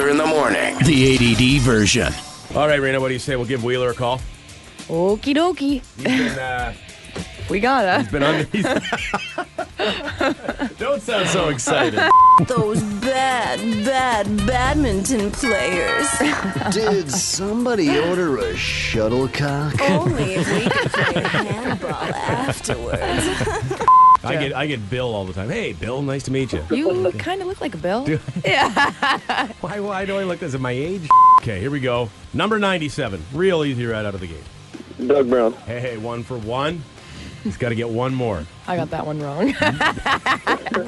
morning. The ADD version. All right, Raina, what do you say? We'll give Wheeler a call. Okie dokie. He's been, uh, We gotta. been on. He's... Don't sound so excited. Those bad, bad badminton players. Did somebody order a shuttlecock? Only if we could play handball afterwards. I get I get Bill all the time. Hey, Bill, nice to meet you. You kind of look like a Bill. Why, why do I look this at my age? Okay, here we go. Number 97. Real easy right out of the gate. Doug Brown. Hey, hey, one for one. He's got to get one more. I got that one wrong.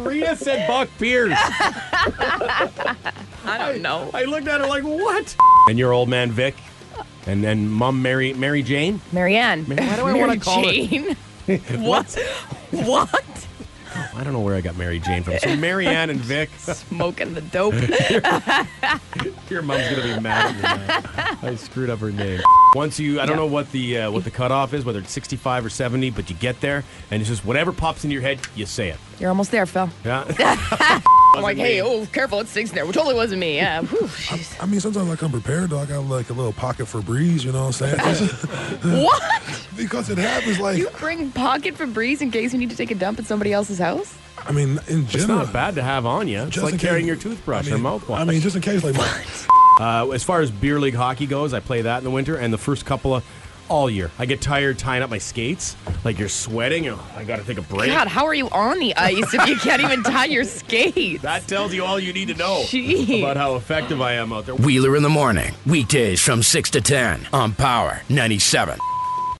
Rita said Buck Pierce. I don't know. I looked at her like, what? And your old man Vic. And then Mum Mary Mary Jane. Marianne. Why do I Mary wanna call her- Jane? what? what? I don't know where I got Mary Jane from. So Mary Ann and Vic. Smoking the dope. Your mom's gonna be mad at me. now. I screwed up her name. Once you, I don't know what the uh, what the cutoff is, whether it's 65 or 70, but you get there, and it's just whatever pops into your head, you say it. You're almost there, Phil. Yeah. I'm like, hey, oh, careful, it stinks in there. Which totally wasn't me. Yeah. Whew, jeez. I mean, sometimes I come prepared. Like I have like a little pocket for breeze. You know what I'm saying? what? because it happens. Like You bring pocket Febreze in case you need to take a dump at somebody else's house? I mean, in It's general, not bad to have on you. It's Just like in carrying case- your toothbrush I mean, or mouthwash. I mean, just in case, like my, uh, as far as beer league hockey goes, I play that in the winter and the first couple of all year. I get tired tying up my skates. Like you're sweating. Oh, I got to take a break. God, how are you on the ice if you can't even tie your skates? That tells you all you need to know Jeez. about how effective I am out there. Wheeler in the morning. Weekdays from 6 to 10 on Power 97.